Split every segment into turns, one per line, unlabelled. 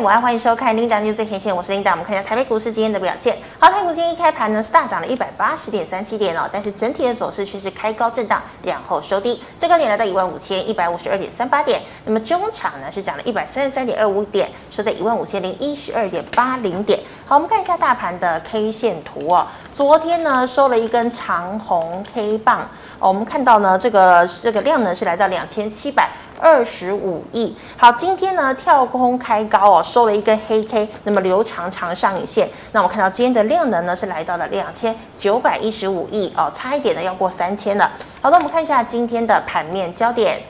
午安，欢迎收看《琳达 news 最前线》，我是琳达。我们看一下台北股市今天的表现。好，台股今天一开盘呢是大涨了一百八十点三七点哦，但是整体的走势却是开高震荡，然后收低，最高点来到一万五千一百五十二点三八点。那么中场呢是涨了一百三十三点二五点，收在一万五千零一十二点八零点。好，我们看一下大盘的 K 线图哦，昨天呢收了一根长红 K 棒哦，我们看到呢这个这个量呢是来到两千七百。二十五亿。好，今天呢跳空开高哦，收了一根黑 K，那么留长长上影线。那我们看到今天的量能呢是来到了两千九百一十五亿哦，差一点呢要过三千了。好的，我们看一下今天的盘面焦点。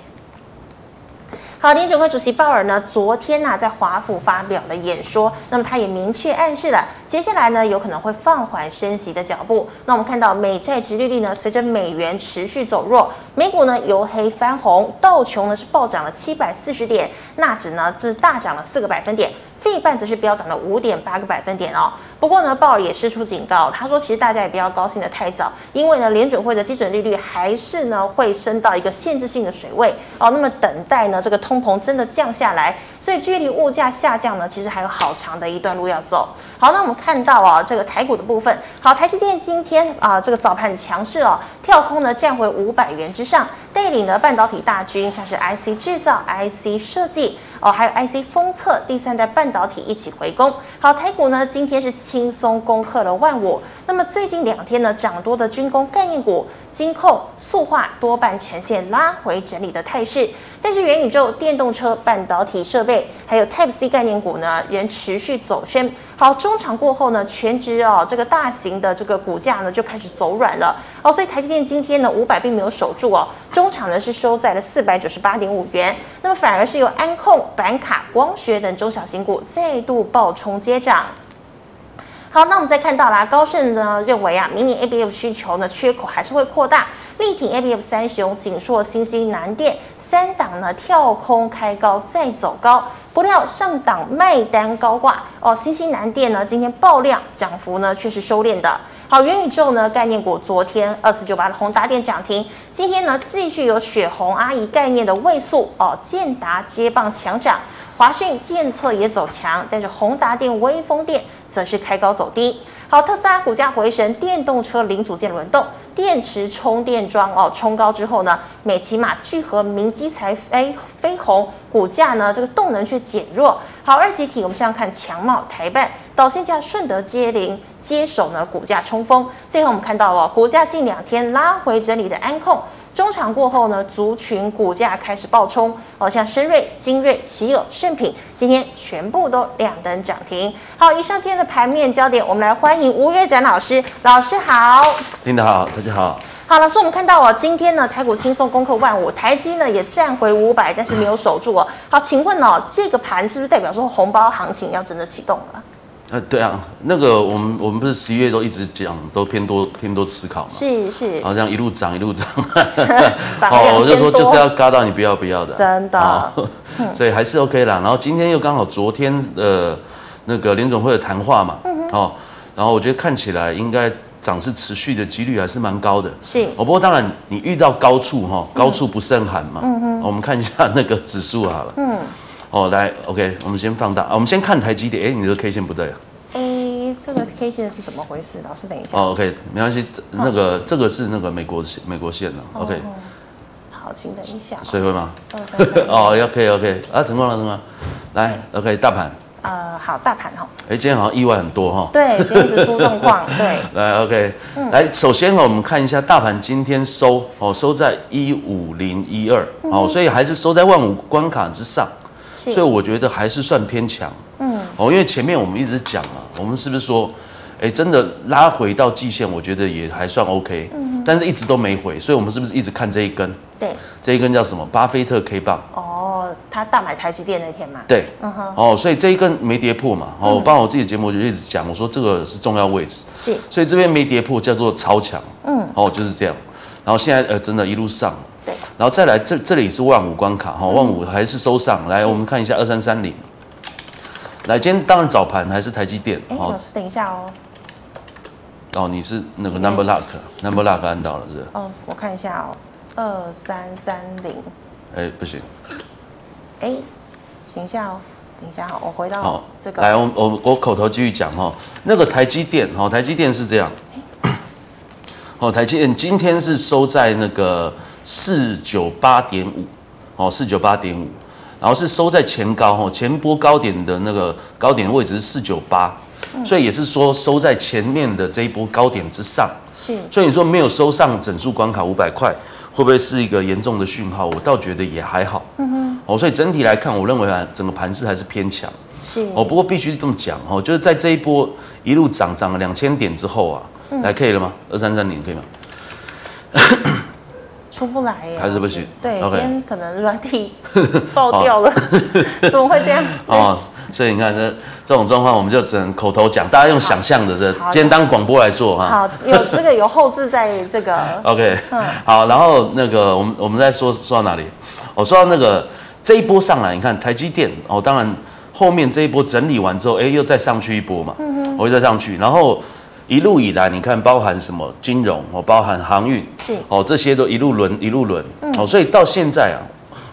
好，联准会主席鲍尔呢，昨天呢、在华府发表了演说，那么他也明确暗示了，接下来呢有可能会放缓升息的脚步。那我们看到美债殖利率呢，随着美元持续走弱，美股呢由黑翻红，道琼呢是暴涨了七百四十点，纳指呢是大涨了四个百分点。费半则是飙涨了五点八个百分点哦。不过呢，鲍尔也释出警告，他说其实大家也不要高兴的太早，因为呢，联准会的基准利率还是呢会升到一个限制性的水位哦。那么等待呢这个通膨真的降下来，所以距离物价下降呢，其实还有好长的一段路要走。好，那我们看到啊、这个台股的部分，好，台积电今天啊、这个早盘很强势哦，跳空呢站回五百元之上，带领呢半导体大军，像是 IC 制造、IC 设计。哦，还有 IC 封测、第三代半导体一起回攻。好，台股呢今天是轻松攻克了万五。那么最近两天呢涨多的军工概念股、金控、塑化多半呈现拉回整理的态势，但是元宇宙、电动车、半导体设备还有 Type C 概念股呢仍持续走升。好，中场过后呢，全值哦这个大型的这个股价呢就开始走软了哦，所以台积电今天呢五百并没有守住哦，中场呢是收在了四百九十八点五元，那么反而是由安控。板卡、光学等中小型股再度爆冲接涨。好，那我们再看到啦，高盛呢认为啊，明年 ABF 需求呢缺口还是会扩大。力挺 ABF 三雄、锦硕、新兴、南电三档呢跳空开高再走高，不料上档卖单高挂哦，新兴南电呢今天爆量，涨幅呢却是收敛的。好，元宇宙呢概念股昨天二四九八的宏达电涨停，今天呢继续有雪红阿姨概念的位数哦，建达接棒强涨，华讯建策也走强，但是宏达电、微风电则是开高走低。好，特斯拉股价回神，电动车零组件轮动。电池充电桩哦，冲高之后呢，美骑马、聚合、明基才飞飞鸿股价呢，这个动能却减弱。好，二级体我们现在看强茂、台办、导线价、顺德接零接手呢，股价冲锋。最后我们看到哦，股价近两天拉回整理的安控。中场过后呢，族群股价开始暴冲，哦，像深瑞、精锐、奇友、盛品，今天全部都亮灯涨停。好，以上今天的盘面焦点，我们来欢迎吴月展老师，老师好。
听得好，大家好。
好，老师，我们看到哦，今天呢，台股轻松攻克万五，台积呢也站回五百，但是没有守住哦。好，请问哦，这个盘是不是代表说红包行情要真的启动了？
呃，对啊，那个我们我们不是十一月都一直讲，都偏多偏多思考嘛，
是是
然，后这样一路涨一路涨，
涨
哦，我就
2000
说就是要
多，
嘎到你不要不要的，
真的嗯
哦，所以还是 OK 啦。然后今天又刚好昨天呃那个联总会的谈话嘛，
嗯
哦，然后我觉得看起来应该涨势持续的几率还是蛮高的，
是嗯
哦，不过当然你遇到高处哈，高处不胜寒嘛，哦我们看一下那个指数好了，嗯，哦，来，OK，我们先放大，啊我们先看台积电，哎，你的 K 线不对啊。
哎，这个 K 线是怎么回事？老师等一下，
哦，OK，没关系，这那个
哦
这个是那个美国美国线的，OK，
好，请等一下哦，
所以会吗？
二三三，
哦，OK OK，啊，成功了，成功了，来，OK，大盘，
呃，好，大盘哈、哦，
哎，今天好像意外很多哈，
对，嗯今天一直出状况，对，
来，OK，来，首先哦，我们看一下大盘今天收哦，收在一五零一二，哦，所以还是收在万五关卡之上，
嗯是，
所以我觉得还是算偏强。嗯，哦，因为前面我们一直讲嘛，我们是不是说，哎、真的拉回到季线，我觉得也还算 OK，、但
嗯
是一直都没回，所以我们是不是一直看这一根？
对，
这一根叫什么？巴菲特 K 棒。
哦，他大买台积电那天嘛，
对，哦，所以这一根没跌破嘛，哦，
嗯
包括我自己的节目我就一直讲，我说这个是重要位置，
是，
所以这边没跌破叫做超强，嗯，哦，就是这样。然后现在呃，真的一路上，
对，
然后再来这这里是万五关卡哈、哦，
嗯
万五还是收上来，我们看一下二三三零。来，今天当然早盘还是台积电
哎，老师等一下哦，
哦，你是那个 number
哎
lock number lock 按到了是不是？
哦，我看一下哦，二三三零，
哎，不行，
哎，请一下哦，等一下哈，我回到
好，
这个，
来，我哦我我口头继续讲哈，那个台积电哈，台积电是这样，
哎
哦，台积电今天是收在那个四九八点五，哦，四九八点五，然后是收在前高哦，前波高点的那个高点位置是四九八，
嗯
所以也是说收在前面的这一波高点之上，
是
所以你说没有收上整数关卡五百块，会不会是一个严重的讯号？我倒觉得也还好，嗯哼，哦，所以整体来看，我认为啊，整个盘势还是偏强。
是
哦，不过必须这么讲哦，就是在这一波一路涨涨了两千点之后啊，
嗯
来可以了吗？二三三零可以吗？
出不来耶，
还是不
老师
行
对，今
OK
天可能软 体爆掉了， 怎么会这样？
哦，所以你看这这种状况，我们就只能口头讲，大家用想象的这
好的
今天当广播来做哈。
好，有这个有后置在这个
OK，好，
嗯
然后那个我们我们再说说到哪里？我、哦、说到那个这一波上来，你看台积电哦，当然后面这一波整理完之后，哎，又再上去一波嘛，
嗯
我、又再上去，然后一路以来，你看包含什么金融哦，包含航运
是嗯
哦，这些都一路轮一路轮、哦，所以到现在啊，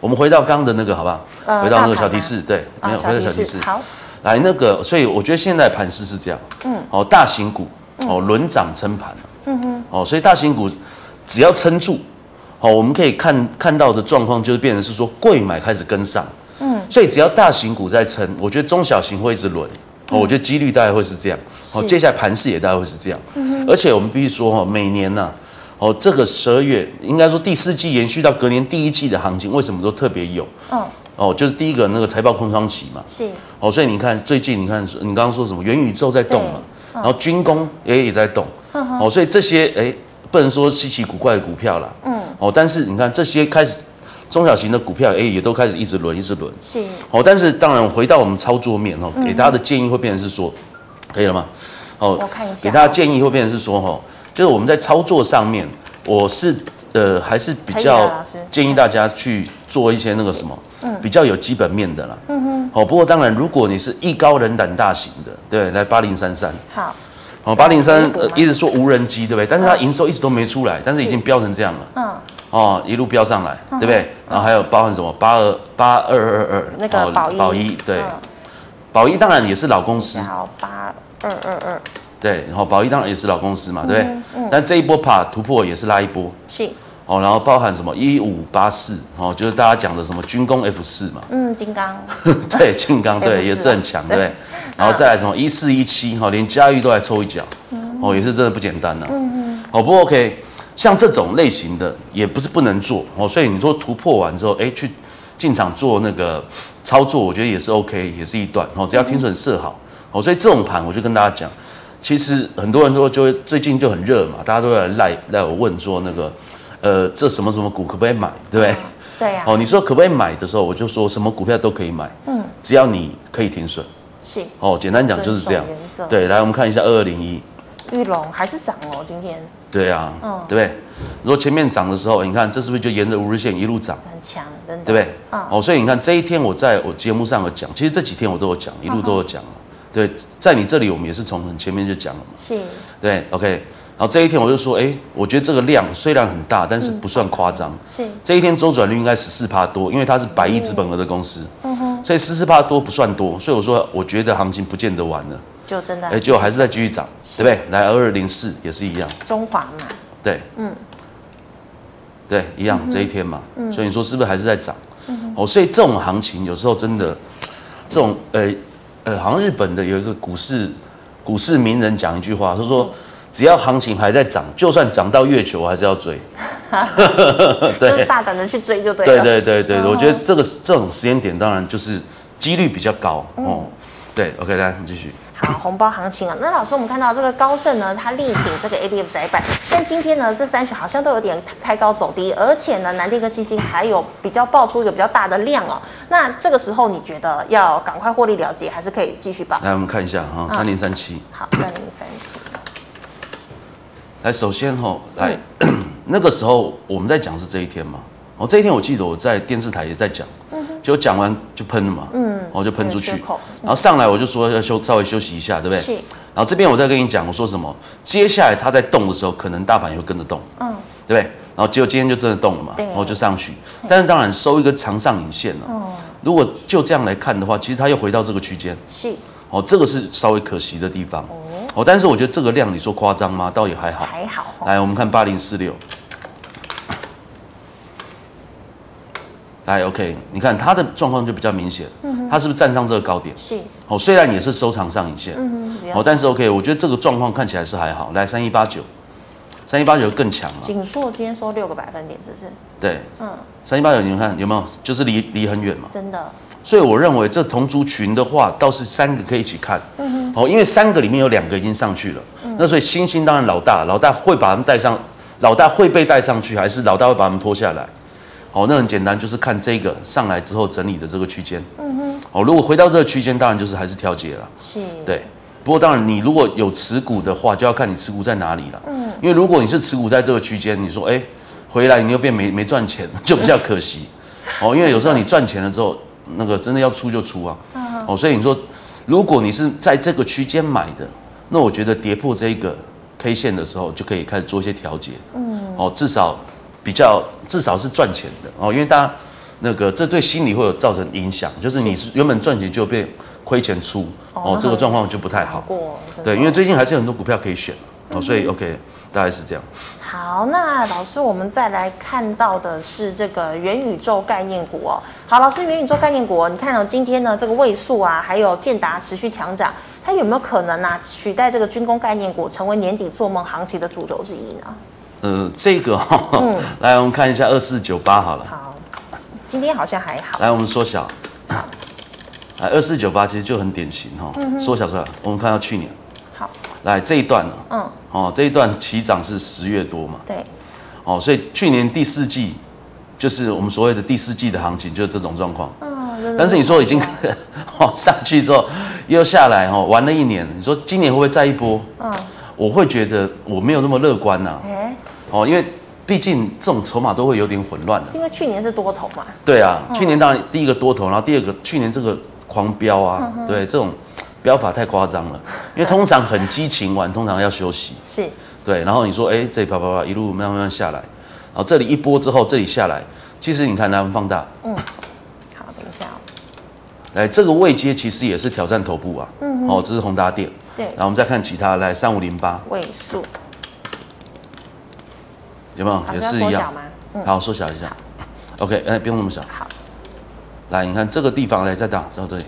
我们回到刚刚的那个好不好？
呃
回到那个
大盘吗
小提示，对，没
啊
有回到
小
小提
提
示
示，，好，
来那个，所以我觉得现在盘势是这样，嗯，哦，大型股哦轮涨撑盘，嗯哼，哦，所以大型股只要撑住，哦，我们可以看看到的状况就是变成是说贵买开始跟上，嗯，所以只要大型股在撑，我觉得中小型会一直轮。哦，我觉得几率大概会是嗯这样。哦，
是
接下来盘势也大概会是这样。而且我们必须说哈，每年呢、哦，这个十二月应该说第四季延续到隔年第一季的行情，为什么都特别有？
嗯，
哦，就是第一个那个财报空窗期嘛。
是
哦，所以你看最近，你看你刚刚说什么元宇宙在动嘛，然后军工也也在动，哦，所以这些哎不能说稀奇古怪的股票啦，嗯，哦，但是你看这些开始中小型的股票哎也都开始一直轮一直轮，
是，
哦，但是当然回到我们操作面
嗯
哦，给大家的建议会变成是说，可以了吗？哦
我看一下
给大家建议会变成是说哦，就是我们在操作上面，我是呃还是比
可以啊
较
的老师嗯
建议大家去做一些那个什么，比较有基本面的啦。嗯哼。哦，不过当然，如果你是艺高人胆大型的，对，来八零三三，
好，
哦，八零三
嗯
一直说无人机，对不对？但是它营收一直都没出来，但是已经飙成这样了。
嗯，
哦，一路飙上来，对不对？然后还有包含什么八二八二二二哦
那个宝一，
宝一对
嗯啊
宝一当然也是老公司，
然后八二二二
对，然后宝一当然也是老公司嘛，对不
嗯
对？但这一波爬突破也是拉一波
是，
哦，然后包含什么一五八四哦，就是大家讲的什么军工 F 四嘛，
嗯，金刚
对，庆刚对
F4
也是很强，哎对不对
对？
然后再来什么一四一七哈，连嘉裕都来抽一脚，哦，也是真的不简单呐。哦，不过 OK，像这种类型的也不是不能做哦，所以你说突破完之后，哎，去进场做那个操作，我觉得也是 OK，也是一段哦，只要停损设好哦，所以这种盘我就跟大家讲，其实很多人都就会最近就很热嘛，大家都会来赖赖我问说那个，呃，这什么什么股可不可以买， 对不对？
对呀，
哦，你说可不可以买的时候，我就说什么股票都可以买，嗯，只要你可以停损。
是
哦，简单讲就是这样
遵守原则。
对，来我们看一下二二零一，
玉龙还是涨哦，今天
对啊，
嗯
对不对？如果前面涨的时候，你看这是不是就沿着五日线一路涨，
很强，真的，
对不对？
嗯，
哦，所以你看这一天我在我节目上有讲，其实这几天我都有
嗯
讲，一路都有讲嘛。对，在你这里我们也是从很前面就讲了嘛。
是
对，OK。然后这一天我就说，哎，我觉得这个量虽然很大，但是
嗯
不算夸张。
是
这一天周转率应该十四趴多，因为它是百亿资本额的公司，所以十四趴多不算多，所以我说我觉得行情不见得完了，
就真
哎，
的
结果还是在继续涨，对不对？来二二零四也是一样，
中华嘛，
对，嗯，对，一样这一天嘛，所以你说是不是还是在涨？哦，所以这种行情有时候真的，这种呃呃，好像日本的有一个股市股市名人讲一句话，他说只要行情还在涨，就算涨到月球，还是要追。
就
对，
是大胆的去追就对啊嗯
对
了，
对对对，我觉得这个这种时间点当然就是几率比较高
嗯
哦。对，OK，来，我们继续。
好，红包行情啊，那老师，我们看到这个高盛呢，它力挺这个 A B F 窄板，但今天呢，这三十好像都有点开高走低，而且呢，南电跟星星还有比较爆出一个比较大的量哦。那这个时候你觉得要赶快获利了结，还是可以继续报？
来，我们看一下哈，
啊
三零三七。
好，三零三七，
来，首先哈，
嗯
来， 那个时候我们在讲是这一天嘛。哦，这一天我记得我在电视台也在讲，
嗯
就讲完就喷了嘛，嗯，我就喷出去
有缺口，
然后上来我就说要休稍微休息一下，对不对？
是
然后这边我再跟你讲，我说什么？接下来它在动的时候，可能大盘也会跟着动，嗯，对不对？然后结果今天就真的动了嘛
对，
然后就上去，但是当然收一个长上影线了、哦，如果就这样来看的话，其实它又回到这个区间，
是
哦，这个是稍微可惜的地方，哦，但是我觉得这个量你说夸张吗？倒也还好。
还好哦，
来，我们看八零四六，来，OK，你看它的状况就比较明显，它是不是站上这个高点？
是
哦，虽然也是收长上影线，
嗯，比较
哦，但是 OK，我觉得这个状况看起来是还好。来，三一八九，三一八九更强了，
紧缩今天收六个百分点，是不是？
对，
嗯，
三一八九，你们看有没有？就是离离很远嘛。
真的
所以我认为这同族群的话，倒是三个可以一起看。哦，因为三个里面有两个已经上去了，那所以星星当然老大，老大会把他们带上，老大会被带上去，还是老大会把他们拖下来？哦，那很简单，就是看这个上来之后整理的这个区间。哦，如果回到这个区间，当然就是还是调节了。
是，
对，不过当然你如果有持股的话，就要看你持股在哪里了。嗯，因为如果你是持股在这个区间，你说哎、回来你又变没没赚钱， 就比较可惜。哦，因为有时候你赚钱了之后，那个真的要出就出啊。哦，所以你说如果你是在这个区间买的，那我觉得跌破这一个 K 线的时候，就可以开始做一些调节。嗯，哦，至少比较至少是赚钱的哦，因为大家。那个，这对心理会有造成影响，就是你是原本赚钱就变亏钱出，
哦
哦，这个状况就不太好。
过真的哦
对，因为最近还是有很多股票可以选，哦，所以 OK，大概是这样。
好，那老师，我们再来看到的是这个元宇宙概念股哦。好，老师，元宇宙概念股、哦，你看哦，今天呢这个位数啊，还有建达持续强涨，它有没有可能啊取代这个军工概念股，成为年底做梦行情的主轴之一呢？
呃，这个哈、来我们看一下二四九八好了，
好，今天好像还好，
来我们缩小，来二四九八其实就很典型哈、缩小出来，我们看到去年，
好，
来这一段呢、
嗯，
哦，这一段起涨是十月多嘛，
对，
哦，所以去年第四季就是我们所谓的第四季的行情就是这种状况。
嗯，真的
但是你说已经
不一样
哦上去之后又下来哦，玩了一年，你说今年会不会再一波？
嗯，
我会觉得我没有那么乐观呐、
哎、
哦，因为毕竟这种筹码都会有点混乱、啊。
是因为去年是多头嘛？
对啊，
嗯
去年当然第一个多头，然后第二个去年这个狂飙
嗯
啊，对这种飙法太夸张了，因为通常很激情玩，通常要 休息。
是，
对，然后你说，哎，这里啪啪啪一路慢慢慢下来，然后这里一波之后，这里下来，其实你看它们放大，
好，等一下哦，
来这个位阶其实也是挑战头部啊，嗯，哦，这是宏达电，
对
然，后我们再看其他，来三五零八
位数，
有没有
老？
也
师要
是一
缩小
样，
吗？嗯，
好，缩小一下，OK，哎，不用那么小，
好，
来，你看这个地方，来再打到这里，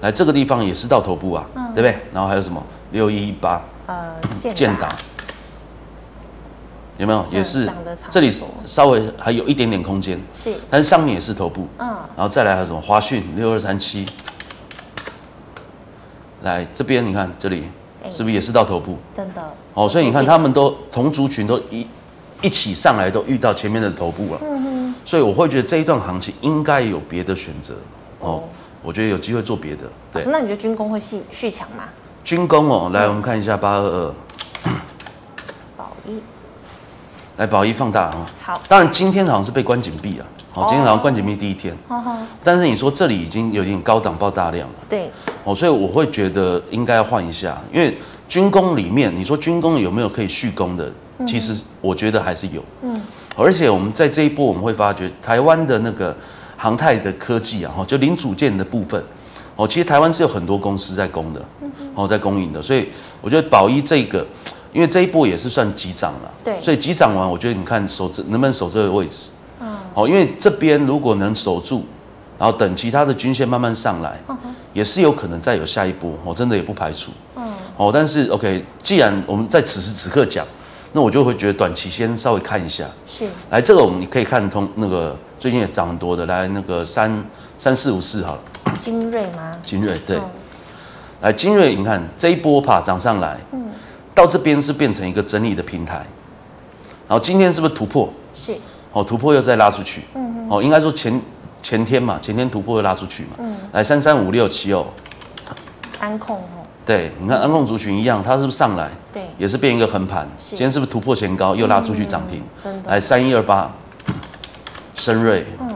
来这个地方也是到头部啊，
嗯
对不对？然后还有什么六一一八
呃，建
嗯建
达
达，有没有？也是
嗯长得差不多
这里稍微还有一点点空间，
是，
但是上面也是头部，
嗯，
然后再来还有什么华讯六二三七，来这边你看这里
哎
是不是也是到头部？
真的，
哦，所以你看
最近
他们都同族群都一一起上来都遇到前面的头部了，所以我会觉得这一段行情应该有别的选择
哦啊
哦，我觉得有机会做别的。
老
对
师，，那你觉得军工会续续强吗？
军工哦，来我们看一下八二二，
宝一，
来宝一放大哦。
好，
当然今天好像是被关紧闭啊，好，今天好像关紧闭第一天，
哈哈，
但是你说这里已经有点高档爆大量了。
对，
哦，所以我会觉得应该要换一下，因为军工里面，你说军工有没有可以续工的？其实我觉得还是有，嗯，而且我们在这一波我们会发觉台湾的那个航太的科技啊，哈，就零组件的部分，哦，其实台湾是有很多公司在供的，哦，在供应的，所以我觉得宝一这个，因为这一波也是算急涨了，
对
所以急涨完，我觉得你看守这能不能守这个位置，哦，因为这边如果能守住，然后等其他的均线慢慢上来，也是有可能再有下一波，我、真的也不排除。哦，但是 OK，既然我们在此时此刻讲，那我就会觉得短期先稍微看一下。
是，
来，这个我们你可以看通那个最近也涨很多的，来那个三三四五四好了，
精锐吗？
精锐对。来，精锐，你看这一波怕涨上来，到这边是变成一个整理的平台，然后今天是不是突破？
是，
哦，突破又再拉出去，哦，应该说前前天嘛，前天突破又拉出去嘛，来三三五六七哦，
安控哦，
对，你看安控族群一样，它是不是上来
对，
也是变一个横盘，
是
今天是不是突破前高又拉出去涨停？
真的
来三一二八，深瑞，
嗯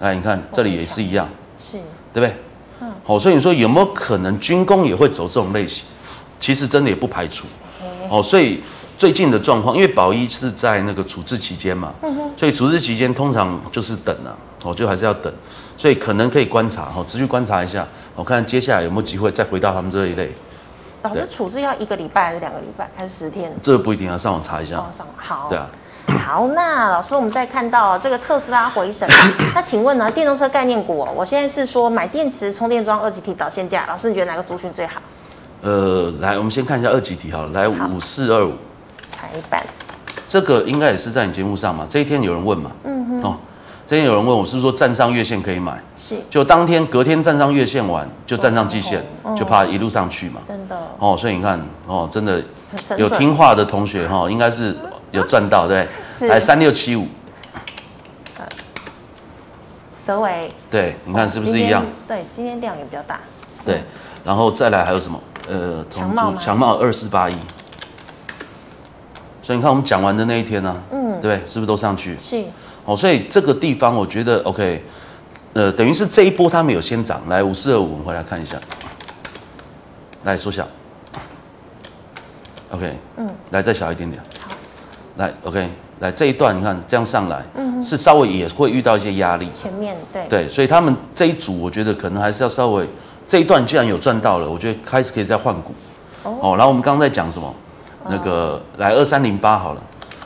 来你看这里也是一
哦
样，
是，
对不对？
嗯
好、所以你说有没有可能军工也会走这种类型？其实真的也不排除。哦，所以最近的
嗯
状况，因为宝一是在那个处置期间嘛，所以处置期间通常就是等啊，哦，就还是要等，所以可能可以观察哦，持续观察一下，我、看接下来有没有机会再回到他们这一类，
老师处置要一个礼拜还是两个礼拜还是十天？
这个不一定要上网查一下
哦，，上好。
对啊。
好，那老师，我们再看到这个特斯拉回 神，那请问呢，电动车概念股、哦，我现在是说买电池、充电桩、二级体导线架，老师你觉得哪个族群最好？
呃，来，我们先看一下二级题好了，来
好
五四二五，
看一半，
这个应该也是在你节目上嘛，这一天有人问嘛，嗯哼，哦，这一天有人问我是不是说站上月线可以买，
是
就当天隔天站上月线完就站上季线，
哦
就怕一路上去嘛，
真的
哦，所以你看，哦，真的
很神
有
准。
听话的同学哈、哦，应该是有赚到对不
是
对？来三六七五，
德伟
对，你看是不是一样？？
哦今天对，今天量也比较大，
对，然后再来还有什么？呃，同
强茂吗
强茂二四八一。所以你看我们讲完的那一天呢、嗯，对，是不是都上去？
是
哦，所以这个地方我觉得 OK，呃，等于是这一波他们有先涨，来五四二五，我们回来看一下，来缩小，OK，嗯，来再小一点点，来 OK，来这一段你看这样上来，嗯，是稍微也会遇到一些压力，
前面对
对，所以他们这一组，我觉得可能还是要稍微这一段既然有赚到了，我觉得开始可以再换股。
哦
哦，然后我们刚刚在讲什么？那个来二三零八好了，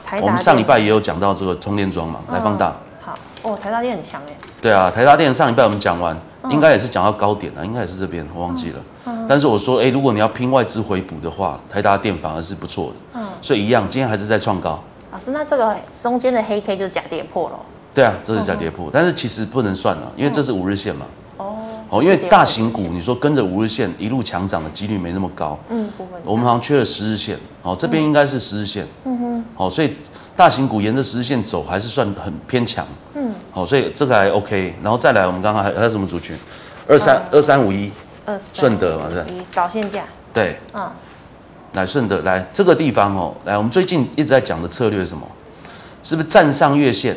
台
我
达
们
哎电
上礼拜也有讲到这个充电桩嘛，来放大。
好哦，台大电很强哎，
对啊，台达电上礼拜我们讲完，应该也是讲到高点了，应该也是这边，我忘记了。但是我说，哎，如果你要拼外资回补的话，台达电反而是不错的。所以一样，今天还是在创高。
老师，那这个中间的黑 K 就是假跌破了
对啊，这是假跌破，但是其实不能算了，因为嗯这是五日线嘛。
哦。
哦，
这
因
是
为
跌破
大型股你说跟着五日线一路强涨的几率没那么高，
嗯部分
我们好像缺了十日线，哦，这边应该是十日线，嗯哼，哦，所以大型股沿着十日线走还是算很偏强，嗯，哦，所以这个还 OK，然后再来我们刚刚还还有什么族群？二三二三五一，
二三
顺德嘛对不
一导线架，
对，
嗯
来顺德来这个地方哦，来我们最近一直在讲的策略是什么？是不是站上月线，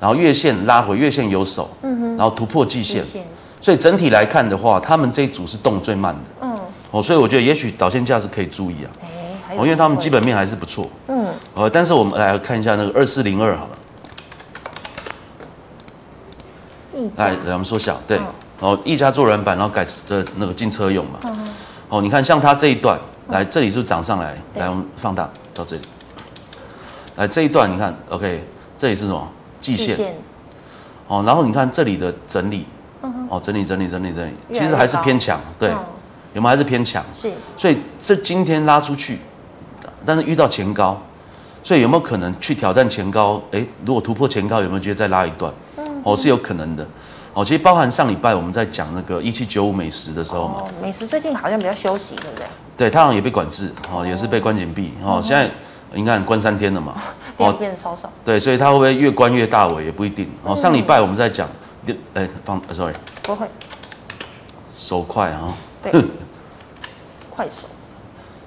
然后月线拉回，月线有手，嗯哼，然后突破季
极
线，
限
所以整体来看的话，他们这一组是动最慢的。嗯，哦，所以我觉得也许导线价是可以注意啊，
哎，还有
哦，因为他们
机会
基本面还是不错。嗯，呃，但是我们来看一下那个二四零二好了，
溢价
来，来我们缩小，哎
嗯
对，哦，一家做软板，然后改呃那个进车用嘛。
嗯
哦，你看像它这一段，来这里是不是涨上来？
对
来，我们放大到这里，来这一段你看，OK，这里是什么？季
极
线。哦，然后你看这里的整理，哦，整理整理整理整理，
嗯越来
其
越
实还是
高
偏强，对，
嗯
有没有还是偏强？
是
所以这今天拉出去，但是遇到前高，所以有没有可能去挑战前高？诶，如果突破前高，有没有机会再拉一段？哦，是有可能的。哦，其实包含上礼拜我们在讲那个一七九五美食的时候嘛，
哦，美食最近好像比较休息，对不对？
对，它好像也被管制，哦，也是被关紧闭，哦，现在你看关三天了嘛，
量变得超少，
对，所以它会不会越关越大尾也不一定。哦，上礼拜我们在讲，哎，放呃，sorry，
不会
手快啊、
对快手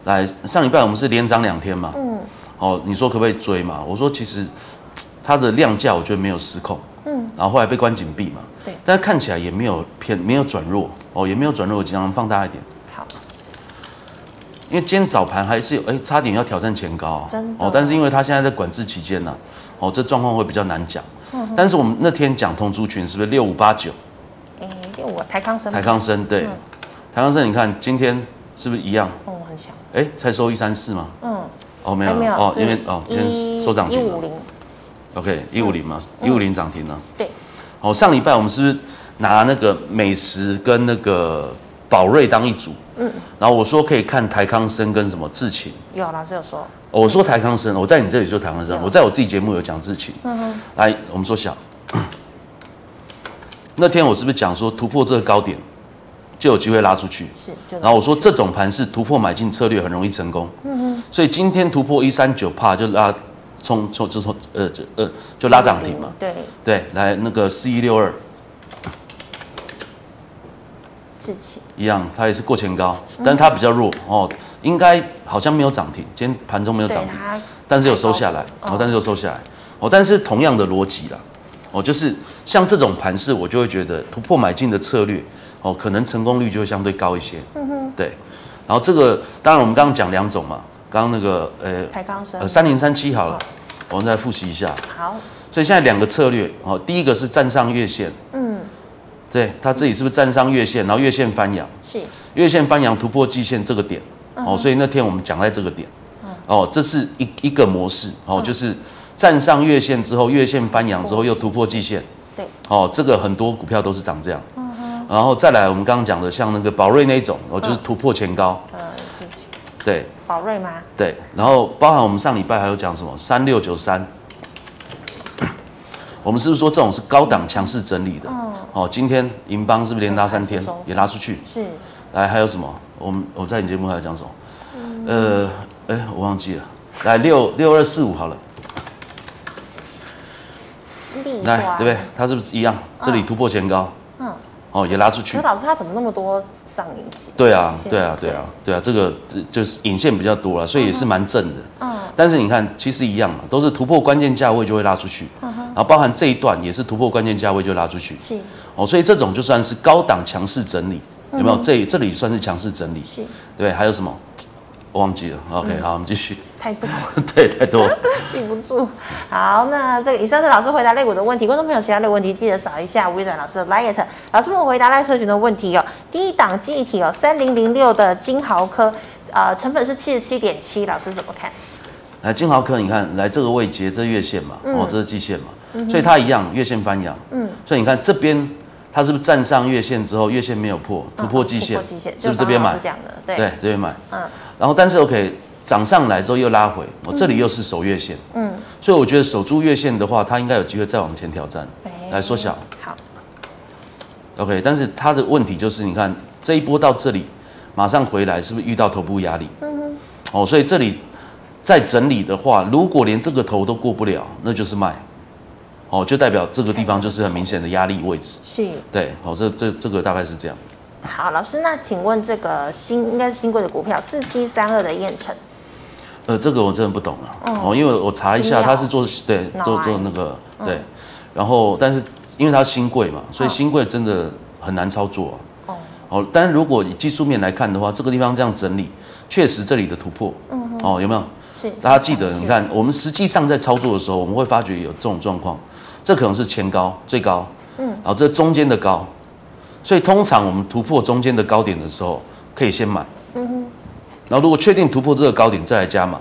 来，上礼拜我们是连涨两天嘛，嗯，哦，你说可不可以追嘛？我说其实嘖它的量价我觉得没有失控，嗯，然后后来被关紧闭嘛，
对
但看起来也没有偏，没有转弱，哦，也没有转弱，我尽量放大一点，
好
因为今天早盘还是有，哎、差点要挑战前高、啊，
真的
哦，但是因为它现在在管制期间呢、哦，这状况会比较难讲。
嗯
但是我们那天讲同族群是不是六五八九
哎，因为我台康生
台康生对，
嗯
台康生你看今天是不是一样？
哦很强，
哎、才收一三四吗？
嗯，
哦，没有
还
了，
没有
哦，
是
因为哦，今天收涨
一
停了
五。零嗯
OK，一五零嘛，一五零涨停了。
对，
哦，上礼拜我们是不是拿那个美食跟那个宝瑞当一组？嗯。然后我说可以看台康生跟什么智勤。
有老师有说
哦我说台康生，我在你这里说台康
嗯
生，我在我自己节目有讲智勤。嗯来，我们说小。 那天我是不是讲说突破这个高点就有机会拉出去？
是，就
然后我说这种盘是突破买进策略很容易成功，所以今天突破一三九帕就拉冲冲就冲呃就呃就拉涨停嘛，，
对，
对，来那个四一六二
志气
一样，它也是过前高，但是它比较弱哦，应该好像没有涨停，今天盘中没有
对
涨停，
它
但是有收下来，哦，但是有收下来，哦，但是同样的逻辑啦，哦，就是像这种盘势，我就会觉得突破买进的策略，哦，可能成功率就会相对高一些，嗯哼，对，然后这个当然我们刚刚讲两种嘛，刚刚那个呃
台康生
呃三零三七好了，我们再复习一下，
好
所以现在两个策略，哦，第一个是站上月线，
嗯，
对他自己是不是站上月线，然后月线翻阳，
是
月线翻阳突破季线这个点，哦，所以那天我们讲在这个点，哦，这是一一个模式，哦，就是站上月线之后，月线翻阳之后又突破季线，嗯
对，
哦，这个很多股票都是长这样，然后再来我们刚刚讲的像那个宝瑞那一种，哦，就是突破前高，
呃，是
对
宝瑞吗？
对，然后包含我们上礼拜还有讲什么三六九 三。我们是不是说这种是高档强势整理的？哦，今天银邦是不是连拉三天
还是收
也拉出去？
是
来，还有什么？我们我在你节目还要讲什么？呃，哎，我忘记了。来六六二四五好了，
丽
来
华，
对不对？它是不是一样？这里突破前高，
啊嗯
哦，也拉出去
可是。老师他怎么那么多上影期？
对啊，
线
对啊，对啊，对啊，这个这就是引线比较多了，所以也是蛮正的。
嗯，
但是你看，其实一样嘛，都是突破关键价位就会拉出去，然后包含这一段也是突破关键价位就拉出去。
嗯是
哦，所以这种就算是高档强势整理，有没有？这这里算是强势整理，
嗯是，嗯
对。还有什么？我忘记了。OK，好，我们继续。
太多了
对，太多了。
记不住。好，那这个以上是老师回答类股的问题，观众朋友其他的问题记得扫一下微软老师的 Light。老师们回答赖社群的问题哦，第一档记忆体哦，三零零六的金豪科，呃，成本是七十七点七，老师怎么看？
来，金豪科，你看，来这个位阶，这月线嘛，
嗯
哦，这是季线嘛，所以它一样，月线翻阳，嗯，所以你看这边，它是不是站上月线之后，月线没有破，突破季
嗯
线，
突破季线，
是不是这边买
是？讲的，对，
对，这边买，
嗯
然后但是 OK，涨上来之后又拉回，我、这里又是守月线，嗯，所以我觉得守住月线的话，它应该有机会再往前挑战
哎
来缩小
好，
，OK，但是它的问题就是，你看这一波到这里，马上回来，是不是遇到头部压力？哦，所以这里再整理的话，如果连这个头都过不了，那就是卖，哦，就代表这个地方就是很明显的压力位置。
是
对，好、这这这个大概是这样。
好，老师，那请问这个新应该是新贵的股票四七三二的燕城，
呃，这个我真的不懂了、哦，因为我查一
新
下，
药
他是做对
脑
做
癌
做那个对，然后但是因为它新贵嘛，所以新贵真的很难操作啊。哦，但是如果以技术面来看的话，这个地方这样整理，确实这里的突破，哦，有没有？
是
大家记得，你看我们实际上在操作的时候，我们会发觉有这种状况，这可能是前高最高，嗯，然后这中间的高，所以通常我们突破中间的高点的时候，可以先买，嗯然后如果确定突破这个高点再来加码，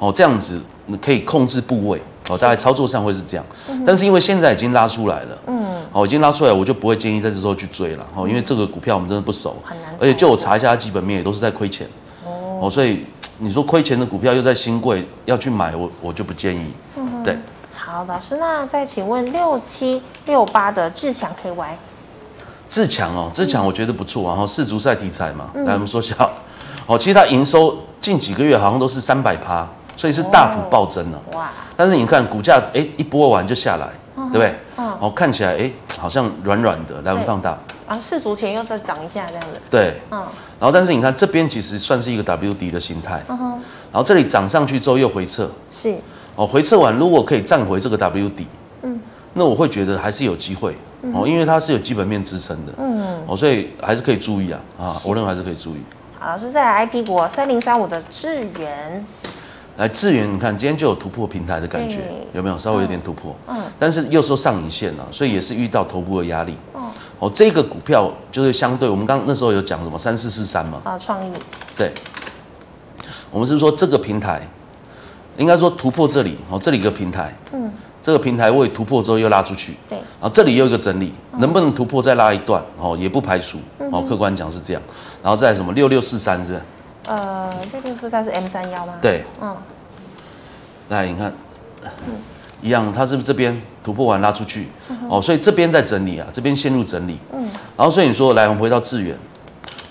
哦，这样子你可以控制部位，哦，大概操作上会是这样，
嗯
但是因为现在已经拉出来了，嗯，哦，已经拉出来，我就不会建议在这时候去追了，哦，因为这个股票我们真的不熟，
嗯很难操作
而且就我查一下它基本面也都是在亏钱，哦，所以你说亏钱的股票又在新贵要去买，我我就不建议。
嗯
对，
好，老师，那再请问六七六八的志强 KY，
自强哦，自强我觉得不错啊，然后世足赛题材嘛，
嗯
来我们说一下。哦，其实它营收近几个月好像都是三百趴，所以是大
哦
幅暴增了、啊
哇，
但是你看股价，哎、一波完就下来，对不对？哦，看起来哎、好像软软的，来我们
对
放大，
啊，四足前又再涨一下这样子，
对。
嗯，
然后但是你看这边其实算是一个 W D 的形态，然后这里涨上去之后又回撤，
是
哦，回撤完如果可以站回这个 W 底，那我会觉得还是有机会哦，因为它是有基本面支撑的，嗯，哦，所以还是可以注意啊啊，我认为还是可以注意。
好，老师再来 IP 股三零三五的智源，
来智源，你看今天就有突破平台的感觉
对，
有没有？稍微有点突破，嗯，但是又说上影线了、所以也是遇到头部的压力。哦，这个股票就是相对我们刚那时候有讲什么三四四三嘛，
啊，创意
对，我们是说这个平台，应该说突破这里哦，这里一个平台，嗯，这个平台位突破之后又拉出去，
对
然后这里又有一个整理，能不能突破再拉一段哦，也不排除哦，客观讲是这样，然后再来什么六六四三是不是？
呃，六六四三是 M 三幺吗？，
对，
嗯，
来你看，一样，它是不是这边突破完拉出去？
嗯
哦，所以这边在整理啊，这边陷入整理，嗯，然后所以你说来，我们回到智远，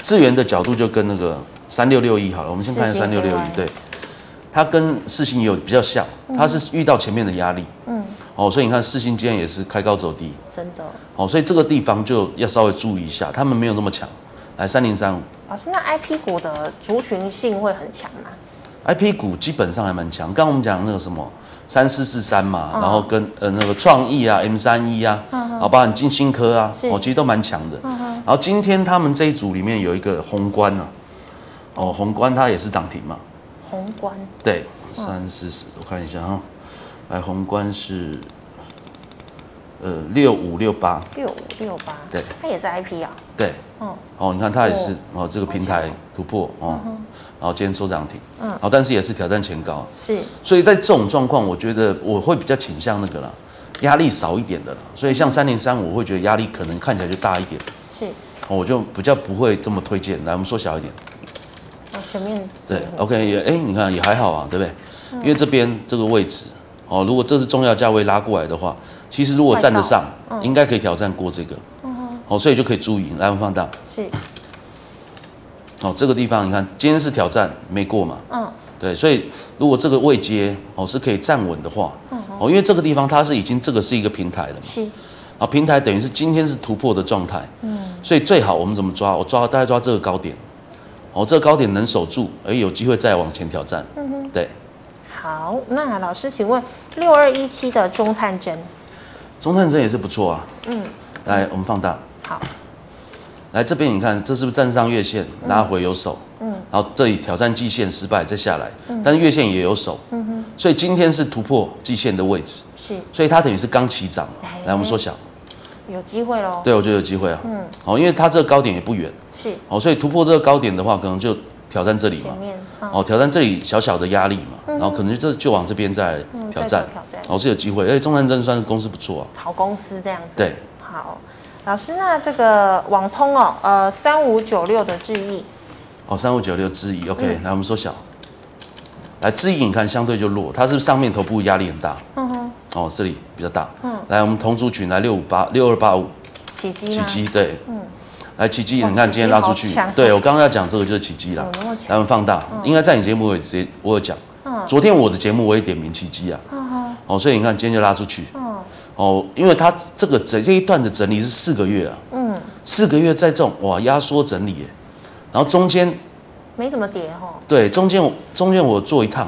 智远的角度就跟那个三六六一好了，我们先看
世
三
新
六六一
AI，
对，它跟世新也有比较像，
嗯
它是遇到前面的压力，嗯，哦，所以你看世新今天也是开高走低，
真的。
哦，所以这个地方就要稍微注意一下，他们没有那么强，来三零三五。
老师，那 IP 股的族群性会很强吗？
I P 股基本上还蛮强。刚刚我们讲那个什么三四四三嘛，然后跟呃那个创意啊、M 三一啊，啊，包含金星科啊，
是
哦，其实都蛮强的。然后今天他们这一组里面有一个宏观啊，哦，宏观它也是涨停嘛，
宏观
对，三四四，我看一下哈，来宏观是呃六五六八，
六五六八，
对，
它也是 IP 啊，
对，
嗯，
哦，你看它也是哦，这个平台突破哦，然后今天收涨停，嗯，好，但是也是挑战前高，
是
所以在这种状况，我觉得我会比较倾向那个啦，压力少一点的啦，所以像三零三，我会觉得压力可能看起来就大一点，
是，
哦，我就比较不会这么推荐。来，我们缩小一点，
哦，前面
对，OK，也哎、你看也还好啊，对不对？因为这边这个位置，哦，如果这是重要价位拉过来的话，其实如果站得上，应该可以挑战过这个，哦，所以就可以注意。来，我们放大，
是，
哦，这个地方你看，今天是挑战没过嘛，
嗯，
对，所以如果这个位阶哦是可以站稳的话，哦，因为这个地方它是已经这个是一个平台了嘛，
是
啊，平台等于是今天是突破的状态，嗯，所以最好我们怎么抓？我抓大概抓这个高点，哦，这个高点能守住，而有机会再往前挑战，嗯哼，对，
好。那老师，请问六二一七的中探针，
中探针也是不错啊，嗯，来我们放大，
好，
来这边你看，这是不是站上月线拉回有手？嗯，然后这里挑战季线失败再下来，但是月线也有手，嗯哼，所以今天是突破季线的位置，
是
所以它等于是刚起涨嘛
哎。
来，我们缩小，
有机会喽，
对我觉得有机会啊，嗯，好，因为它这个高点也不远，
是
哦，所以突破这个高点的话，可能就挑战这里嘛
前，面，嗯，
哦，挑战这里小小的压力嘛，然后可能就就往这边嗯再
嗯
挑战
再做挑战，
哦是有机会，而且中山证算是公司不错啊，
好公司这样子，
对，
好。老师，那这个网通哦，呃，三五九六的智易
哦，三五九六之一，OK，、来我
嗯
们缩小，来之一你看相对就弱，它是不是上面头部压力很大，嗯哼，哦这里比较大，嗯，来我们同族群来六五八六二八五
奇迹
奇
吗？
迹，对，嗯，来奇迹，
啊哇
你看今天拉出
奇
去
迹好强，
对我刚刚要讲这个就是奇迹啦
怎么那么，强嗯
来我们放大，应该在你节目我也直接我有讲，昨天我的节目我也点名奇迹啊，
嗯
哦，所以你看今天就拉出去，哦，因为它这个整这一段的整理是四个月啊，嗯，四个月在这种哇压缩整理耶，然后中间
没怎么跌哦，
对，中间我中间我做一趟，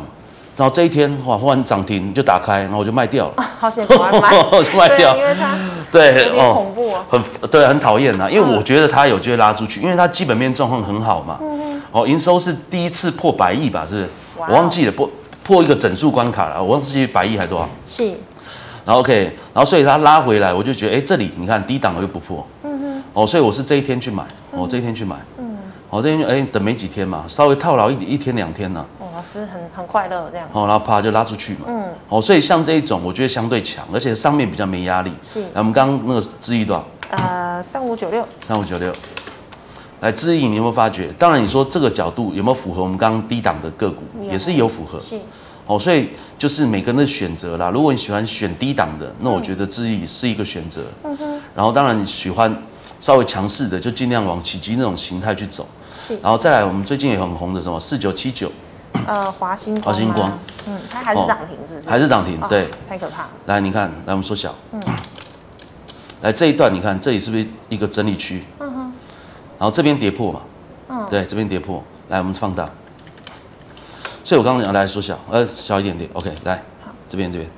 然后这一天哇，忽然涨停就打开，然后我就卖掉了，
好险不 爱买，
我就卖
对
掉哦
因为 它
对
有点恐嗯怖哦，
很对，很讨厌呐，啊因为我觉得它有机会拉出去，因为它基本面状况很好嘛，哦，营收是第一次破百亿吧，是不是？
嗯哇哦
我忘记了破破一个整数关卡了，我忘记百亿还多少。
是
然后 OK，然后所以它拉回来，我就觉得哎，这里你看低档又不破，
嗯
哦，所以我是这一天去买，哦，这一天去买，哦，这一天哎等没几天嘛，稍微套牢一一天两天呐、
哦，老师很很快乐这样，
哦，然后啪就拉出去嘛。嗯。哦，所以像这一种，我觉得相对强，而且上面比较没压力。
是
来，我们刚刚那个智易多少？
呃，三五九六
三五九六。来，智易你有没有发觉？当然，你说这个角度有没有符合我们刚刚低档的个股，
有
也是有符合。
是
哦，所以就是每个人的选择啦。如果你喜欢选低档的，那我
嗯
觉得智易是一个选择。嗯然后，当然你喜欢稍微强势的，就尽量往奇迹那种形态去走。
是
然后再来，我们最近也很红的什么四九七九，
呃，华星
华星
吗
光，
嗯，它还是涨停是不是？
还是涨停
哦
对，
太可怕了，
来，你看，来我们缩小。来这一段，你看这里是不是一个整理区？然后这边跌破嘛。对，这边跌破。来，我们放大。所以我刚刚讲，来缩小，呃，小一点点。OK，来，这边这边。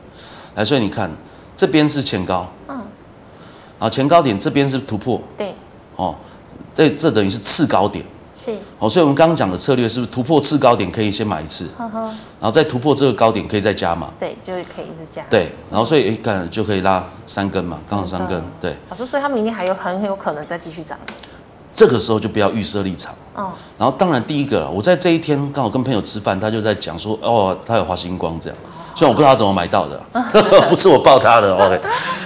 来，所以你看，这边是前高。嗯。然后前高点这边是突破
对，
哦，这这等于是次高点。
是，
哦，所以我们刚刚讲的策略是不是突破次高点可以先买一次，
呵呵，
然后再突破这个高点可以再加嘛？
对，就是可以一直加，，
对，然后所以诶，看就可以拉三根嘛，刚好三
真
根
的。
对，
老师，所以它明天还有很有可能再继续涨，
这个时候就不要预设立场。
哦，
然后当然第一个，我在这一天刚好跟朋友吃饭，他就在讲说，哦，他有华星光这样，
哦
虽然我不知道他怎么买 到的，不是我抱他的，OK。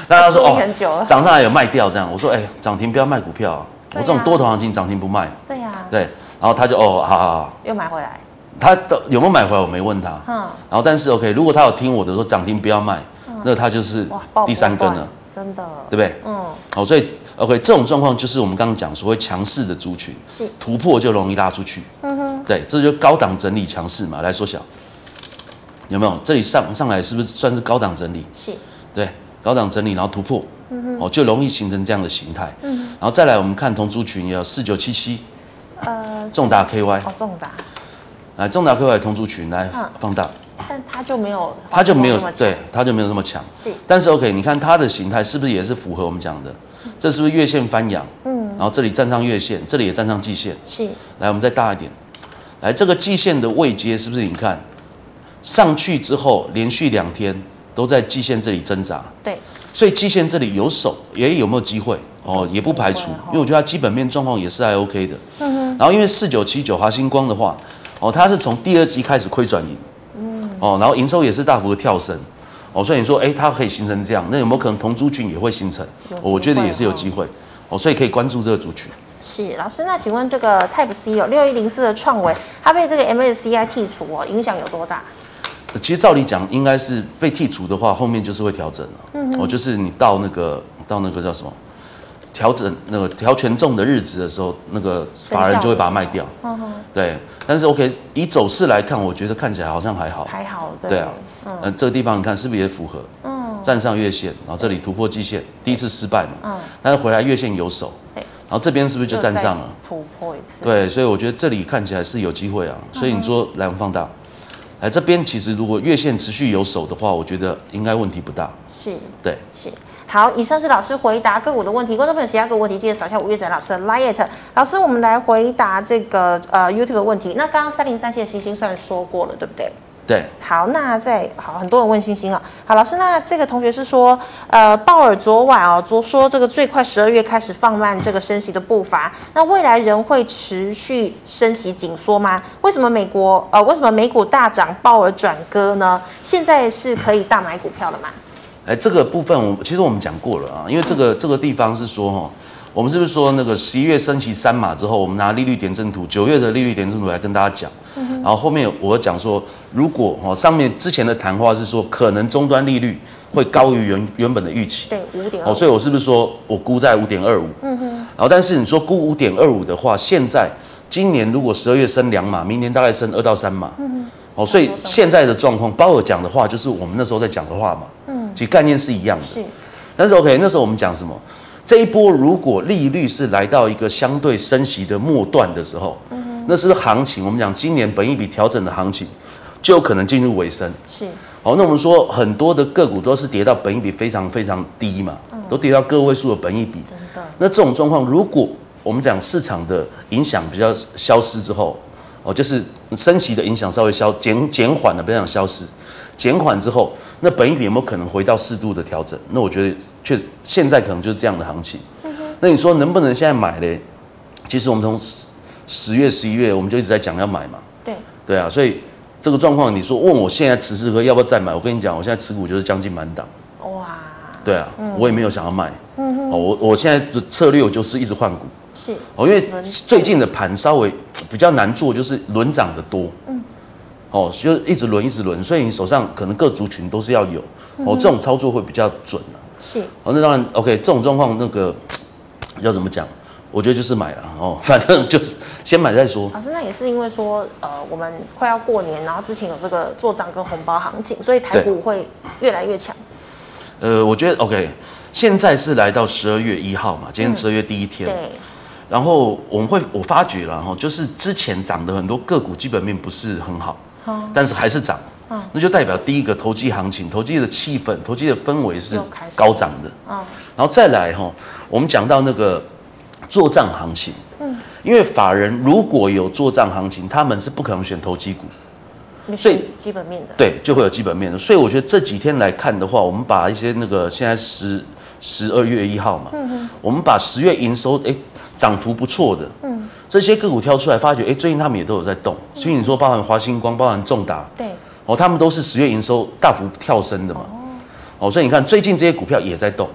那他说
注意 很久了
哦，涨上来有卖掉这样，我说哎，涨停不要卖股票、啊，我
对啊
这种多头行情涨停不卖。
对呀，
对，然后他就哦，好好好，
又买回来，
他的有没有买回来我没问他，
嗯，
然后但是 OK，如果他有听我的说涨停不要卖，那他就是
哇，爆
第三根了，，
真的
对，不对？
嗯，
好，哦所以 OK 这种状况就是我们刚刚讲所谓强势的族群，
是
突破就容易拉出去。嗯哼，对，这就高档整理强势嘛，来缩小，有没有？这里上上来是不是算是高档整理？
是，
对，高档整理然后突破，哦，就容易形成这样的形态。嗯，然后再来我们看同族群也有四九七七
呃，
重达 KY，
哦，重达，
来重达 KY 同族群来
嗯
放大，
但它就没有，
它就没有
华星光那么强
对，它就没有那么强。
是
但是 OK，你看它的形态是不是也是符合我们讲的？这是不是月线翻扬？嗯，然后这里站上月线，这里也站上季线。
是，
来，我们再大一点，来这个季线的位阶是不是？你看上去之后连续两天都在季线这里挣扎，
对，
所以季线这里有手，也有没有机会哦，也不排除
有机会哦，
因为我觉得它基本面状况也是还 OK 的。嗯然后因为四九七九华星光的话，哦，它是从第二季开始亏转盈，嗯。哦，然后营收也是大幅的跳升，哦，所以你说，哎，它可以形成这样，那有没有可能同族群也会形成？
有机会
我觉得也是有
哦
机会，哦，所以可以关注这个族群。
是老师，那请问这个 Type C 有六一零四的创维，它被这个 MSCI 剔除哦，影响有多大？
呃其实照理讲，应该是被剔除的话，后面就是会调整了。哦，就是你到那个到那个叫什么调整那个调权重的日子的时候，那个法人就会把它卖掉。
嗯哼，
对，但是 OK，以走势来看，我觉得看起来好像还好。
还好，对
对啊，嗯、这个地方你看是不是也符合？
嗯，
站上月线，然后这里突破季线，第一次失败嘛。
嗯
但是回来月线有手，
对，
然后这边是不是就站上了？，
突破一次，，
对，所以我觉得这里看起来是有机会啊。所以你说来我们放大，哎，这边其实如果月线持续有手的话，我觉得应该问题不大。
是
对，
是。好，以上是老师回答个股的问题。观众朋友，其他个股问题记得扫一下五月展老师的 liet。老师，我们来回答这个呃 YouTube 的问题。那刚刚三零三七的星星算说过了，对不对？
对，
好，那再好，很多人问星星啊。好，老师，那这个同学是说，呃，鲍尔昨晚哦，昨说这个最快十二月开始放慢这个升息的步伐，那未来仍会持续升息紧缩吗？为什么美国呃，为什么美股大涨，鲍尔转割呢？现在是可以大买股票了吗？
哎，这个部分我其实我们讲过了啊，因为这个这个地方是说哈，我们是不是说那个十一月升息三码之后，我们拿利率点阵图，九月的利率点阵图来跟大家讲，然后后面我讲说，如果哈上面之前的谈话是说，可能终端利率会高于原原本的预期，
对，五点
哦，所以我是不是说我估在五点二五？嗯哼。然后，但是你说估五点二五的话，现在今年如果十二月升两码，明年大概升二到三码。嗯哦，所以现在的状况，鲍尔讲的话就是我们那时候在讲的话嘛。嗯。其实概念是一样的。
是
但是 OK，那时候我们讲什么？这一波如果利率是来到一个相对升息的末段的时候，那是不是行情？我们讲今年本一笔调整的行情，就有可能进入尾声。
是
好，那我们说很多的个股都是跌到本益比非常非常低嘛，都跌到个位数的本益比。
嗯真的
那这种状况，如果我们讲市场的影响比较消失之后，哦，就是升息的影响稍微消减减缓了，不要讲消失，减缓之后，那本益比有没有可能回到适度的调整？那我觉得确实现在可能就是这样的行情。
嗯
那你说能不能现在买嘞？其实我们从十十月、十一月我们就一直在讲要买嘛，
对，
对啊，所以这个状况，你说问我现在持四颗要不要再买？我跟你讲，我现在持股就是将近满档，
哇，
对啊，我也没有想要卖。哦，我我现在的策略就是一直换股
是
哦，因为
轮
最近的盘稍微比较难做，就是轮涨的多。哦，就是一直轮一直轮，所以你手上可能各族群都是要有哦，这种操作会比较准啊。
是
哦，那当然，OK，这种状况那个要怎么讲？我觉得就是买了哦， 反正就是先买再说。
老师，那也是因为说，呃，我们快要过年，然后之前有这个做涨跟红包行情，所以台
对
股会越来越强。
呃，我觉得 OK，现在是来到十二月一号嘛，今天十二月第一天，
嗯对，
然后我们会我发觉了哈，就是之前涨的很多个股基本面不是很好，
哦
但是还是涨，
嗯
那就代表第一个投机行情，投机的气氛，投机的氛围是
又开始
高涨的，
嗯，
然后再来哈，我们讲到那个做账行情，
嗯
因为法人如果有做账行情，他们是不可能选投机股，
你
所以
是基本面的，
对，就会有基本面的。所以我觉得这几天来看的话，我们把一些那个现在十十二月一号嘛，我们把十月营收哎涨幅不错的，这些个股挑出来，发觉哎最近他们也都有在动。所以你说包含华星光，包含重达，
对，
哦，他们都是十月营收大幅跳升的嘛。哦，所以你看最近这些股票也在动。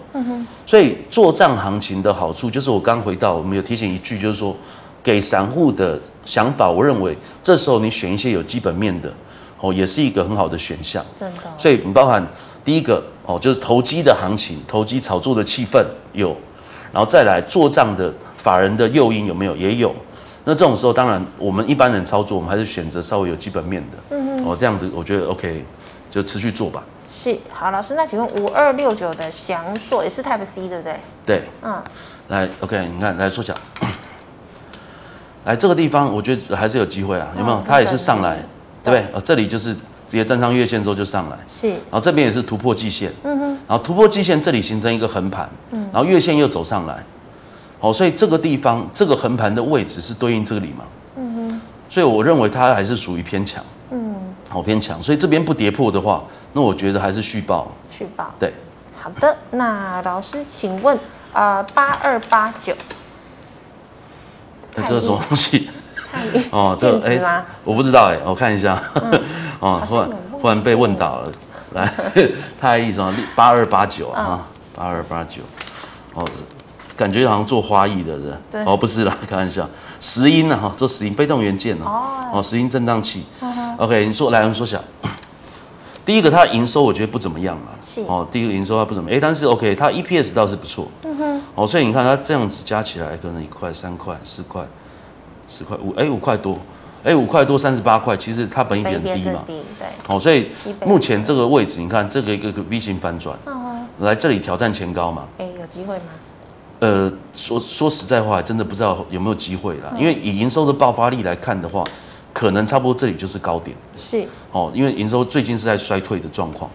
所以做账行情的好处就是我刚回到，我们有提醒一句，就是说给散户的想法，我认为这时候你选一些有基本面的，哦，也是一个很好的选项。
真的
所以你包含第一个哦，就是投机的行情，投机炒作的气氛有，然后再来做账的法人的诱因有没有也有。那这种时候，当然我们一般人操作，我们还是选择稍微有基本面的，
嗯
哦，这样子我觉得 OK，就持续做吧。
是。好，老师，那请问五二六九的翔硕也是 Type C 对不对？
对，
嗯，
来 OK，你看来缩小，来这个地方，我觉得还是有机会啊，有没有
嗯？
它也是上来，对不
对
对？哦，这里就是直接站上月线之后就上来，
是
然后这边也是突破季线，然后突破季线这里形成一个横盘，然后月线又走上来，哦，所以这个地方这个横盘的位置是对应这里嘛，所以我认为它还是属于偏强，好偏强，所以这边不跌破的话，那我觉得还是续报。
续报。
对，
好的，那老师，请问，呃，八二八九
那这是什么东西？
太阴
哦，这
电
哎、
子吗？啊
我不知道哎、我看 一下。哦，忽
像
然
有问
忽然被问倒了，来， 太意思啊，八二八九
嗯
啊，八二八九，哦，感觉好像做花艺的人，
对
哦，不是啦， 开玩笑，石英啊，哈，做石英被动元件
哦嗯
啊，哦，石英振荡器。OK，你说来，我们缩小。第一个，它的营收我觉得不怎么样啦。
是
哦，第一个营收它不怎么，哎、但是 OK，它 EPS 倒是不错。嗯哼。哦，所以你看它这样子加起来，可能一块、三块、四块、十块、五，哎、五块多，哎、五块多三十八块，其实它本益比
北
很
边
低
是
嘛。
低，对，
好、所以
基本
目前这个位置，你看这个一个一个 V 型反转，来这里挑战前高嘛？
哎，有机会吗？
呃，说说实在话，真的不知道有没有机会啦。因为以营收的爆发力来看的话，可能差不多这里就是高点
是，
哦，因为营收最近是在衰退的状况。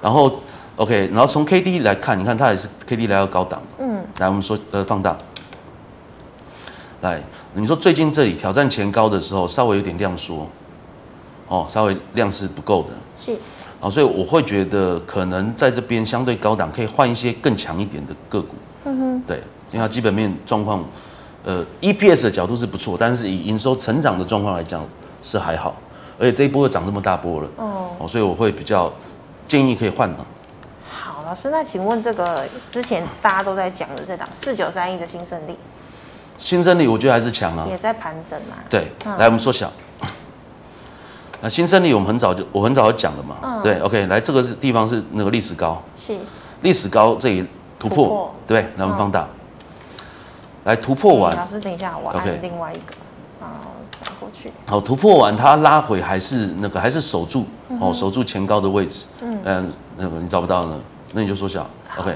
然后 OK，然后从 K D 来看，你看它也是 K D 来到高档嘛。
嗯，
来，我们说呃放大。来，你说最近这里挑战前高的时候，稍微有点量缩，哦，稍微量是不够的。
是，
啊，所以我会觉得可能在这边相对高档可以换一些更强一点的个股。嗯哼，对，因为它基本面状况，呃，EPS 的角度是不错，但是以营收成长的状况来讲是还好，而且这一波又涨这么大波了，
哦，
哦，所以我会比较建议可以换的。
好，老师，那请问这个之前大家都在讲的这档四九三一的新胜利
新生力我觉得还是强啊，
也在盘整嘛？
对，
嗯
来我们缩小。那新生力我们很早就我很早就讲了嘛，
嗯
对，OK，来这个是地方是那个历史高，
是，
历史高这里突破，嗯
突破
对，来我们放大，来突破完
哎，老师，等一下，我
OK
按另外一个，然后转过去，
好，突破完它拉回还是那个还是守住哦，守住前高的位置。嗯，那个你找不到呢，那你就缩小。OK，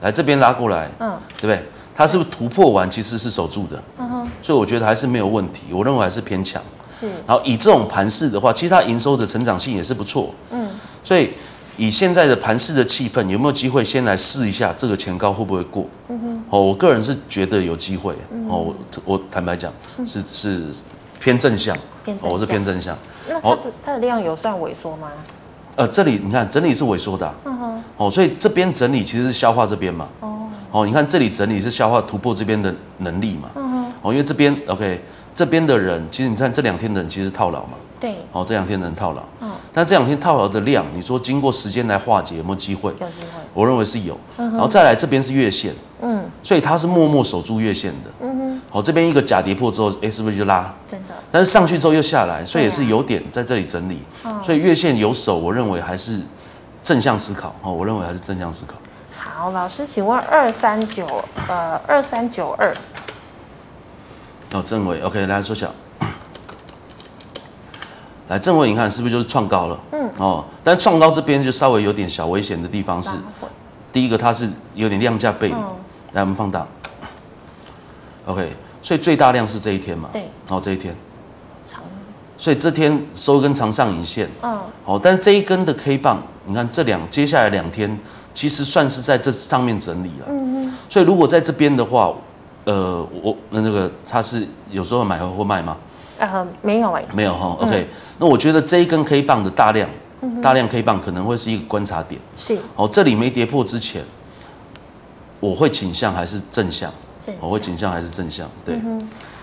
来这边拉过来，
嗯，
对不对？它是不是突破完其实是守住的？嗯哼，所以我觉得还是没有问题，我认为还是偏强。
是，
然后以这种盘势的话，其实它营收的成长性也是不错。
嗯，
所以以现在的盘势的气氛，有没有机会先来试一下这个前高会不会过？嗯哼，哦，我个人是觉得有机会。
嗯
哦，我我坦白讲是是偏正向，
偏正
哦我是
向
偏正向。
那它
好
的它的量有算萎缩吗？
呃，这里你看整理是萎缩的啊、
嗯哼，
哦，所以这边整理其实是消化这边嘛。
哦，
哦，你看这里整理是消化突破这边的能力嘛。
嗯
哦，因为这边 OK，这边的人其实你看这两天的人其实套牢嘛。
对，
哦，这两天能套牢，
嗯
但这两天套牢的量，你说经过时间来化解有没有机会？
有机会，
我认为是有，然后再来这边是月线，
嗯
所以它是默默守住月线的，
嗯哼，
好、这边一个假跌破之后，哎，是不是就拉？
真的
但是上去之后又下来，所以也
对
是
啊嗯
有点在这里整理，所以月线有手，我认为还是正向思考，哦，我认为还是正向思考。
好，老师，请问二三九呃二三九二
哦，正伟，OK，来缩小。来，正伟，你看是不是就是创高了？嗯，哦，但创高这边就稍微有点小危险的地方是，第一个它是有点量价背离，
嗯
来我们放大，OK，所以最大量是这一天嘛，
对，
哦这一天，
长
所以这天收一根长上影线，
嗯
哦，但这一根的 K 棒，你看这两接下来两天其实算是在这上面整理了，
嗯
所以如果在这边的话，呃，我那那个它是有时候买或卖吗？
哼呃没有哎、
没有哈、o k 那我觉得这一根 K 棒的大量
嗯
大量 K 棒可能会是一个观察点。
是
哦，这里没跌破之前，我会倾向还是正向，
正
我会倾向还是正向，对。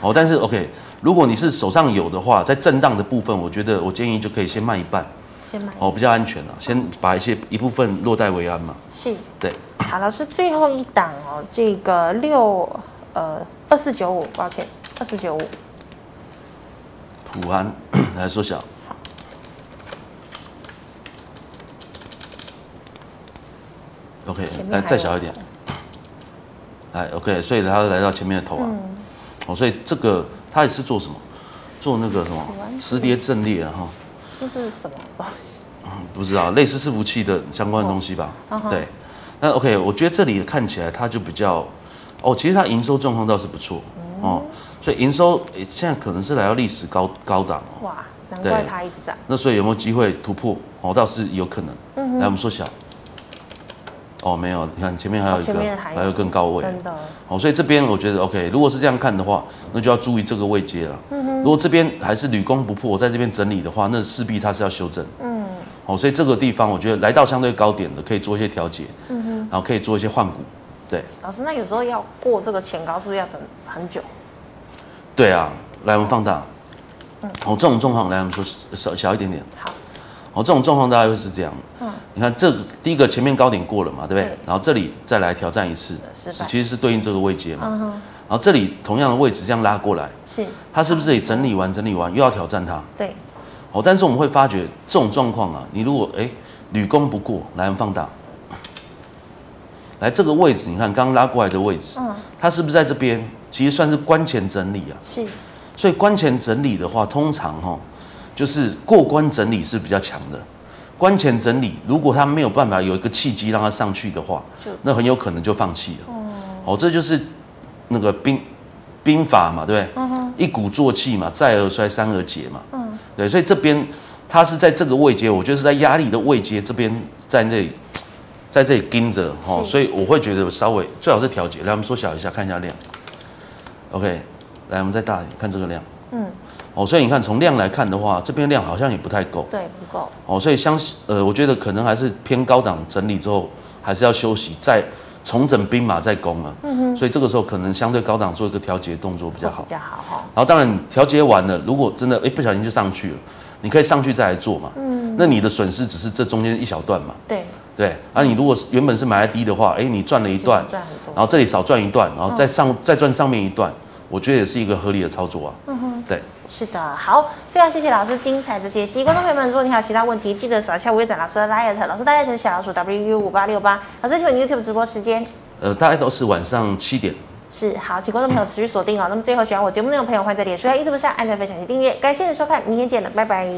哦，但是 OK，如果你是手上有的话，在震荡的部分，我觉得我建议就可以先卖一半，
先买
哦，比较安全了，先把一些一部分落袋为安嘛，
是
对。
好，老师最后一档哦，这个六呃二四九五，抱歉二四九五
普安 来缩小。OK，
前面
来
还
再
有
小一点。来，OK，所以它来到前面的头啊。
嗯
哦，所以这个它也是做什么？做那个什么
普安
磁碟阵列啊，然后
这是什么东西？
不知道类似伺服器的相关的东西吧？
嗯哼
对。那 OK，我觉得这里看起来它就比较，哦，其实它营收状况倒是不错哦，
嗯
所以营收诶现在可能是来到历史高高档哦。
哇，难怪
对
它一直涨。嗯
那所以有没有机会突破？哦，倒是有可能。来，我们缩小。哦，没有，你看前面还有
哦
一
前
个，
面还有
有更高位，
真的
哦，所以这边我觉得 OK，如果是这样看的话，那就要注意这个位阶了。
嗯
如果这边还是屡攻不破，我在这边整理的话，那势必它是要修正。嗯，哦，所以这个地方我觉得来到相对高点的，可以做一些调节，
嗯
然后可以做一些换股。对，
老师，那有时候要过这个前高，是不是要等很久？
对啊，来我们放大。
嗯
哦，这种状况来我们说小小一点点。
好，
哦，这种状况大概会是这样。你看这第一个前面高点过了嘛，对不对？
对
然后这里再来挑战一次，
失败
是其实是对应这个位阶嘛。然后这里同样的位置这样拉过来，
是，
它是不是也整理完整理完又要挑战它？
对，
哦，但是我们会发觉这种状况啊，你如果哎屡攻不过，来我们放大，来这个位置，你看刚刚拉过来的位置，它是不是在这边？其实算是关前整理啊。
是，
所以关前整理的话，通常哈、哦，就是过关整理是比较强的。关前整理，如果它没有办法有一个契机让它上去的话
就，
那很有可能就放弃了。哦，这就是那个兵兵法嘛，对不对？
嗯
一鼓作气嘛，再而衰，三而竭嘛。对，所以这边它是在这个位阶，我觉得是在压力的位阶这边在那里。在这里盯着哦，
是
所以我会觉得稍微最好是调节。来，我们缩小一下，看一下量。OK，来，我们再大一点，看这个量。
嗯，
哦，所以你看从量来看的话，这边量好像也不太够
对，不够，
哦，所以相信呃，我觉得可能还是偏高档整理之后，还是要休息，再重整兵马再攻了。嗯哼，所以这个时候可能相对高档做一个调节动作比较
会
好
比。较好哦哈。
然后当然你调节完了，如果真的哎不小心就上去了，你可以上去再来做嘛。嗯，那你的损失只是这中间一小段嘛。
对，
对，啊，你如果是原本是买在低的话，哎，你赚了一段
其实，赚很多，
然后这里少赚一段，然后再上、再赚上面一段，我觉得也是一个合理的操作啊。嗯哼，对。
是的，好，非常谢谢老师精彩的解析。观众朋友们，如果你还有其他问题，记得扫一下吴院长老师的 Light，老师 Light 是小老鼠 WU 五八六八。老师，请问你 YouTube 直播时间
呃，大概都是晚上七点。
是好，请观众朋友持续锁定哦。那么最后，喜欢我节目内容的朋友，欢迎在脸书、YouTube 上按赞、分享及订阅。感谢你的收看，明天见了，拜拜。